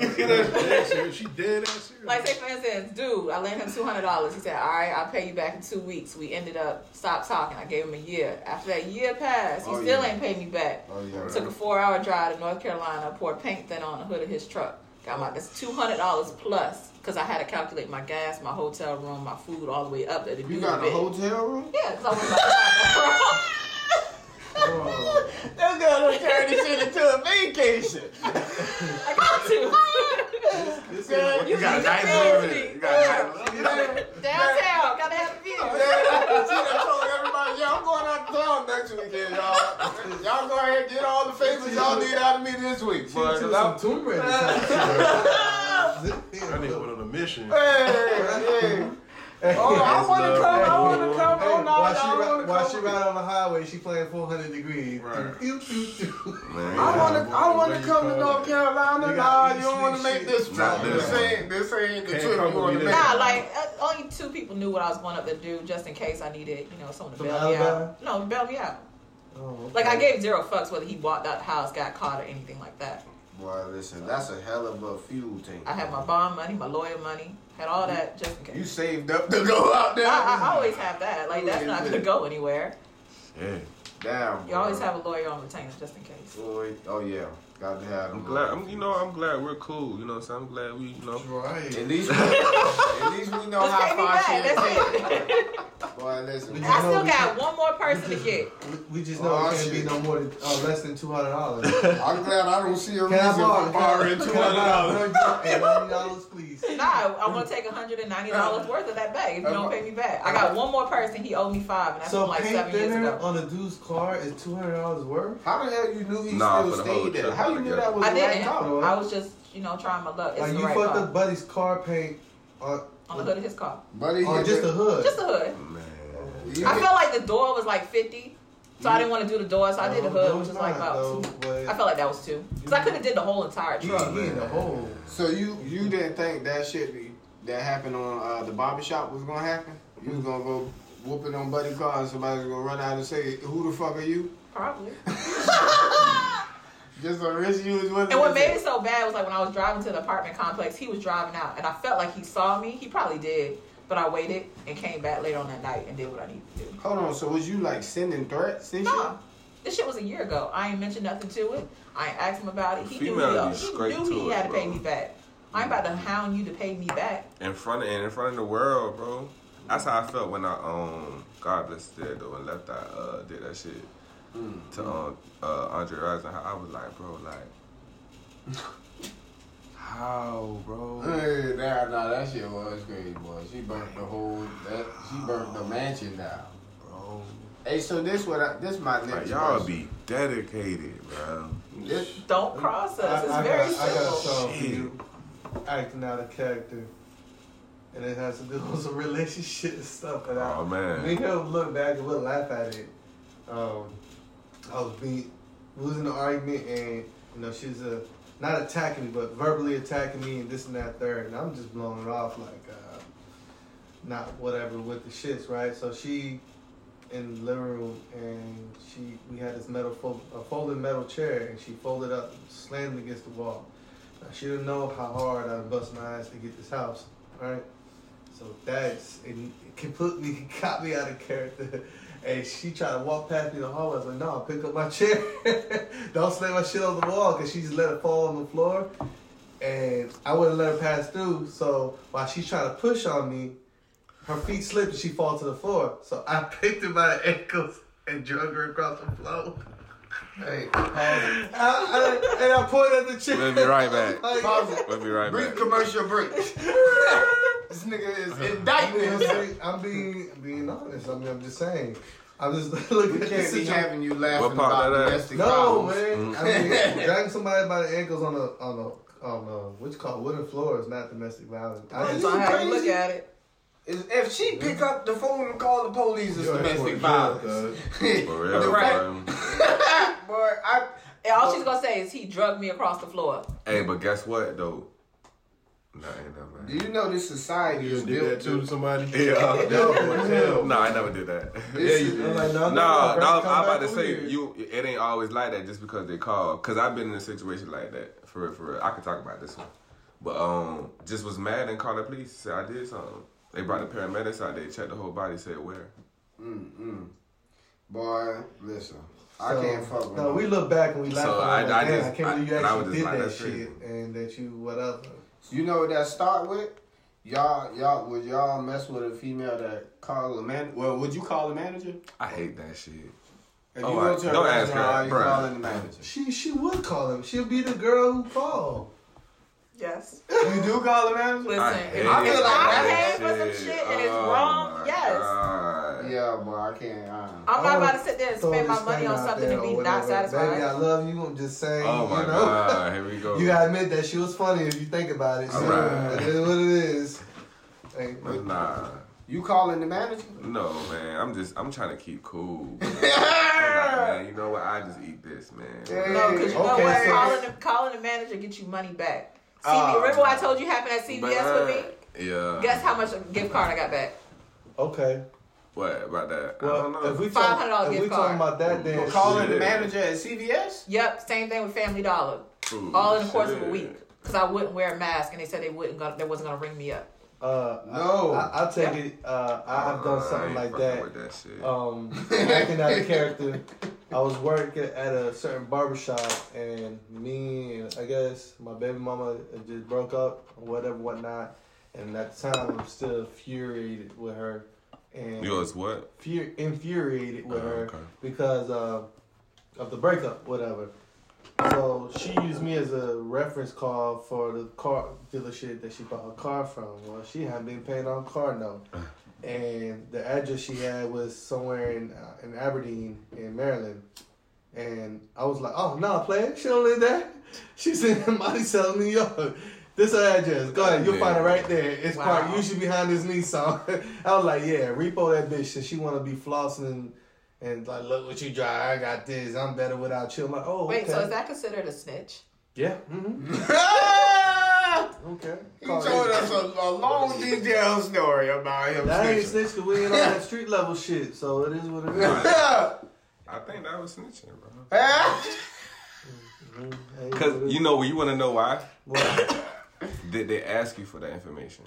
She dead serious. She dead ass serious. Like say for instance, dude, I lent him two hundred dollars. He said, "All right, I'll pay you back in two weeks." We ended up stop talking. I gave him a year. After that year passed, he Oh, still yeah. ain't paid me back. Oh yeah. Took a four-hour drive to North Carolina, poured paint thin on the hood of his truck. Got my that's two hundred dollars plus because I had to calculate my gas, my hotel room, my food all the way up there to do You got the a bid. hotel room? Yeah, because I was like, That girl done turned this shit into a vacation. I got to. this Girl, is you got a nice got to room. me. You got a nice Downtown, gotta have a view. Yeah, she done told everybody, y'all going out to town next weekend, y'all. Y'all go ahead and get all the favors y'all need out of me this week, boy. She 'cause took I'm- some Tomb Raider. I need one on a mission. Hey, hey. Oh, I want to come. I want to come. Oh, no, while, I she ri- want to while she come. ride on the highway, she playing 400 degrees. Right. Pew, pew, pew. Man, I want to. I want Where to you come to call North it? Carolina. You Nah, got you East don't want to Side make shit. this trip. Not This this ain't. This ain't the Can't trip you come want with to me make. Nah, like uh, only two people knew what I was going up to do, just in case I needed, you know, someone to Some bail me out. alibi? No, bail me out. Oh, okay. Like I gave zero fucks whether he bought that house, got caught, or anything like that. Boy, listen, that's a hell of a fuel tank. I had my bond money, my lawyer money, had all that just in You case. saved up to go out I, there. I always have that. Like that's not gonna go anywhere. yeah. Damn. You always boy. have a lawyer on retainer just in case. Boy, oh yeah. Glad to have I'm him. glad. I'm, you know, I'm glad we're cool. You know, so I'm glad we. You know, Right. At least, we, at least we know Just how take me far back. she That's is. it. Boy, listen. I still got one more person to get. We- We just know Oh, it can't shit. be no more than uh, less than two hundred dollars. I'm glad I don't see a Can I reason borrow? for borrowing can I- two can I hundred borrow dollars. $190, please. No, I want to take $190 worth of that back if you don't pay me back. I got one more person. He owed me five, and that's Uh-huh. So from like paint seven years thinner ago. on a dude's car is two hundred dollars worth. How the hell you knew he Nah, still for the whole stayed there? trip How you knew altogether. that was I the right didn't. car? car. I was just, you know, trying my luck. It's Like the you right fucked car. up buddy's car paint on, on the hood of his car. Buddy, on just the hood. Just the hood. man. I felt like the door was like 50, so I didn't want to do the door, so I did the hood, which was like about two. I felt like that was two. Because I could have did the whole entire he, truck. he in the hole. So you you didn't think that shit be, that happened on uh, the barber shop was gonna happen? You was gonna go whooping on Buddy car and somebody's gonna run out and say, "Who the fuck are you?" Probably. Just a rich you was with. And what him. made it so bad was like when I was driving to the apartment complex, he was driving out, and I felt like he saw me. He probably did, but I waited and came back later on that night and did what I needed to do. Hold on. So was you like sending threats and Nah, this shit was a year ago. I ain't mentioned nothing to it. I ain't asked him about it. He knew, Females he, be he, straight knew to he it, had to pay bro. me back. I ain't about to hound you to pay me back. In front of and in front of the world, bro. That's how I felt when I um God bless the dead though and left I uh did that shit Mm. to um uh Andre Eisenhower. I was like, bro, like how, bro? Hey, nah, nah, that shit was crazy, boy. She burnt the whole that she burnt the mansion down. bro. Hey, so this what I, this my next. Like y'all question. be dedicated, bro. This, Don't cross us. It's I, I very got, I got a simple. song for Shit. you. Acting out of character, and it has to do with some relationship stuff. And I, Oh We man. can look back and we'll laugh at it. Um, I was being, we was in an argument, and you know she's a not attacking me, but verbally attacking me, and this and that third, and I'm just blowing it off like uh, not whatever with the shits, right? So she in the living room, and she we had this metal fold, a folding metal chair, and she folded up, slammed against the wall. Now, she didn't know how hard I bust my ass to get this house, right? So that's it completely got me out of character. And she tried to walk past me in the hallway. I was like, no, pick up my chair. Don't slam my shit on the wall because she just let it fall on the floor. And I wouldn't let her pass through. So while she's trying to push on me, her feet slipped and she falls to the floor. So I picked her by the ankles and drug her across the floor. hey, I- I- and I pointed at the chair. We'll be right back. Like, pause it. We'll be right Brief back. commercial break. this nigga is indicting I'm himself. being- I'm being being honest. I mean, I'm just saying. I'm just looking We at this can't be situation. having you laughing What part about of that? domestic No, problems. Mm-hmm. man. I mean, dragging somebody by the ankles on a on a on a what's it called wooden floor is not domestic violence. I That's just, all I had to crazy? look at it. Is- If she pick up the phone and call the police, it's Yo, that's what domestic it violence. is, For real, Right. bro. Boy, I And all she's gonna say is he drugged me across the floor. Hey, but guess what though? Nah, ain't never. do you know this society You is done did that built too to to somebody? Yeah. That was hell. No, I never did that. This is- I'm like, no, No, no, no, bro, I'm come about back to over say here. you. It ain't always like that just because they call. Cause I've been in a situation like that for real, for real. I can talk about this one, but um, just was mad and called the police. Said I did something. They brought the paramedics out. They checked the whole body. Said where? Boy, listen, I So, can't fuck with No, no, we look back and we laugh. So, So I- I, I I, just- can't believe you I- and I was actually did just like, that that's shit and that you whatever. You know what that start with? Y'all, y'all, would y'all mess with a female that call a man? Well, would you call a manager? I hate that shit. If Oh, you I- go to a don't ask restaurant, her, are you bruh. calling the manager? She she would call him. She'd be the girl who called. Yes. You do call the manager? Listen, I if hate I feel paid like that for some shit and it's Oh wrong, my yes. God. Yeah, boy, I can't. Uh, I'm I not wanna about to sit there and throw spend my this money thing on out something there and be or not whatever. satisfied. Baby, I love you. I'm just saying. Oh my you know? god. Here we go. You gotta admit that she was funny if you think about it. So, Alright. It is what it is. Like, But nah. you calling the manager? No man, I'm just I'm trying to keep cool. I'm like, man, you know what? I just eat this, man. No, because you Okay, know what? so- calling, the, calling the manager gets you money back. CB, Ah. remember what I told you happened at CBS But, with me? uh, Yeah. Guess how much gift card I got back? okay. What about that? I don't Well, know. if we Five hundred talk, dollar if gift we talking card. about that, then Shit. Calling the manager at CVS? Yep, same thing with Family Dollar. Ooh, All in the course of a shit. week. Because I wouldn't wear a mask and they said they wouldn't go, they wasn't going to ring me up. uh, No. I, I'll take it. Uh, I have done I something ain't like fucking that. With that shit. Um, acting out of character, I was working at a certain barbershop and me and I guess my baby mama just broke up or whatever, whatnot. And at the time I'm still infuriated with her. And Yours what? fur- infuriated with Oh, her okay. because uh, of the breakup, whatever. So she used me as a reference call for the car dealership that she bought her car from. Well, she hadn't been paying on car note, Uh. and the address she had was somewhere in uh, in Aberdeen, in Maryland. And I was like, "Oh no, player, she don't live there. She's in Monticello, New York. This her address. Go ahead, you'll find it right there. It's parked usually behind this Nissan." I was like, "Yeah, repo that bitch. Since she want to be flossing and, and like, look what you drive. I got this. I'm better without you." I'm like, "Oh, Wait, okay. so is that considered a snitch? Yeah. Mm-hmm. okay. He Call told it. us a, a long detailed story about him. That ain't snitching. snitch 'cause we ain't on that street level shit, so it is what it is. Oh, I think that was snitching, bro. Hey, what it Cause is. you know, you want to know why? What? Did they ask you for that information?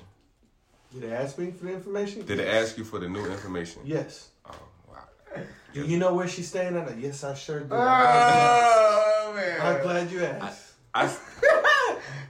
Did they ask me for the information? Did they ask you for the new information? Yes. Oh, wow. Do you know where she's staying at? Yes, I sure do. Ah. Oh I'm man, glad you asked. I, s-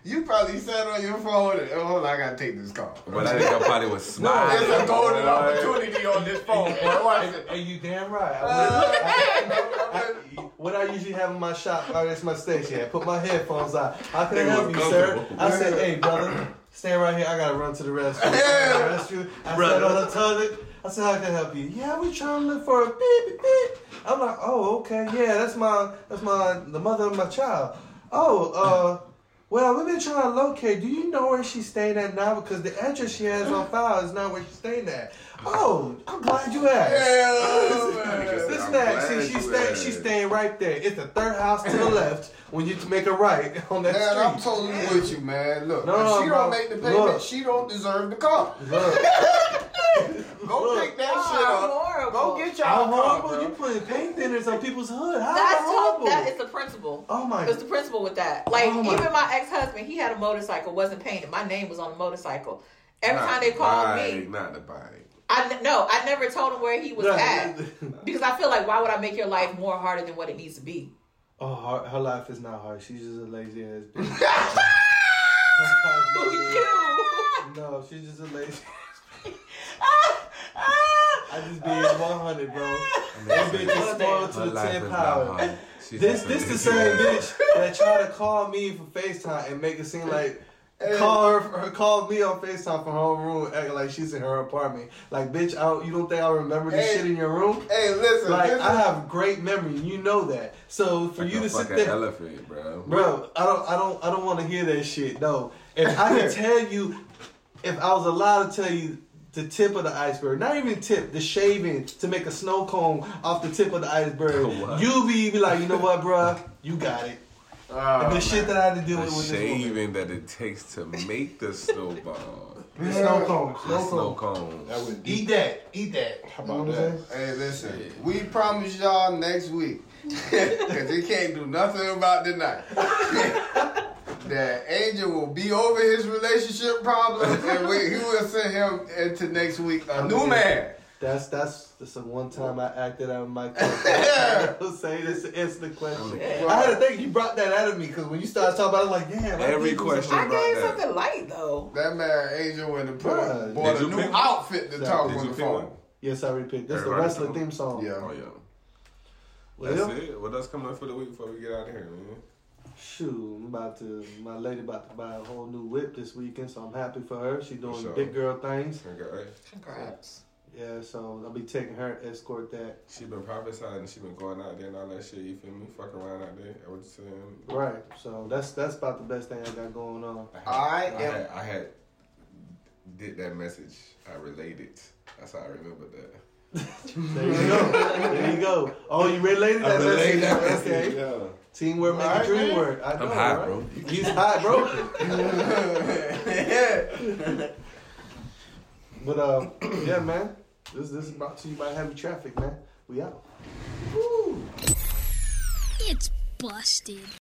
you probably sat on your phone. And, oh, hold on, I gotta take this call. but I think I probably was smiling. There's a golden opportunity on this phone. Boy. Watch it. Are you damn right? I Ah. would- I- I- what I usually have in my shop, or that's my station. I put my headphones on. How can I help you, sir? I said, hey, brother, stand right here. I gotta run to the restroom. I said, restroom. I sat on the toilet. I said, how can I help you? Yeah, we trying to look for a beep, beep, beep. I'm like, oh, okay, yeah, that's my, that's my, the mother of my child. Oh, uh, well, we've been trying to locate. Do you know where she's staying at now? Because the address she has on file is not where she's staying at. Oh, I'm glad you asked. Oh, This I'm man, glad see, she's you staying, asked. she's staying right there. It's the third house to the left when you make a right on that Man, I'm street. totally with you, man. Look, No, if no, she bro. don't make the payment, Look. she don't deserve the car. Look, Go Look. pick that Oh, shit up. horrible. Go get your how car, horrible bro. you putting paint thinners on people's hood? How That's horrible? horrible. That is the principle. oh my It's the principle with that. Like Oh my- even my ex husband, he had a motorcycle, wasn't painted. My name was on the motorcycle. Every time they called Body, me, Not the body. I n- no, I never told him where he was Look. at because I feel like why would I make your life more harder than what it needs to be? Oh, her, her life is not hard. She's just a lazy ass bitch. no, she's just a lazy. I just be at 100, bro. That bitch is spoiled to Her the life 10 is power. not hard. She's This just a this the bitch. same bitch that tried to call me for FaceTime and make it seem like call her, her call me on FaceTime from her own room, acting like she's in her apartment. Like bitch, I don't, you don't think I remember this Hey. shit in your room? Hey, listen, Like this I have great memory, you know that. So for Like you a to sit fucking there, elephant, bro. bro, I don't I don't I don't want to hear that shit. No, if I could tell you, if I was allowed to tell you. The tip of the iceberg, not even tip, the shaving to make a snow cone off the tip of the iceberg. Oh, Wow. You be, be like, you know what, bruh, you got it. is- Oh, the shit that I had to deal The with with this woman. shaving that it takes to make the snowball. The snow cone, The snow snow cone. cone. That would eat that. Eat that. How about that? Hey, listen, we promise y'all next week because they can't do nothing about tonight. that Angel will be over his relationship problems and we, he will send him into next week a new man. That's that's that's the one time I acted out of my character. Don't say this to answer the question. I had to think you brought that out of me because when you started talking about, it, I was like, damn. I Every think it was question I about gave that. something light though. That man Angel went and put Bruh. bought Did a you new pick- outfit to talk Did on you the pick one? phone. a- Yes, I repeat. That's the Everybody wrestler know. theme song. Yeah. Oh yeah. Well, That's it. What else coming up for the week before we get out of here, man? shoot, I'm about to. My lady about to buy a whole new whip this weekend, so I'm happy for her. She doing sure. big girl things. Okay. Congrats. Yeah, so I'll be taking her escort that. She been prophesying. She been going out there and all that shit. You feel me? Fuck around out there. I was just saying. Right. So that's that's about the best thing I got going on. I had, I I am- had, I had did that message. I related. That's how I remember that. There you go. there you go. Oh, you related that message. Okay. Yeah. Teamwork make the Alright, dream man. work. I know, I'm high, right? bro. He's hot, bro. but uh, yeah, man. This this is brought to you by Heavy Traffic, man. We out. It's busted.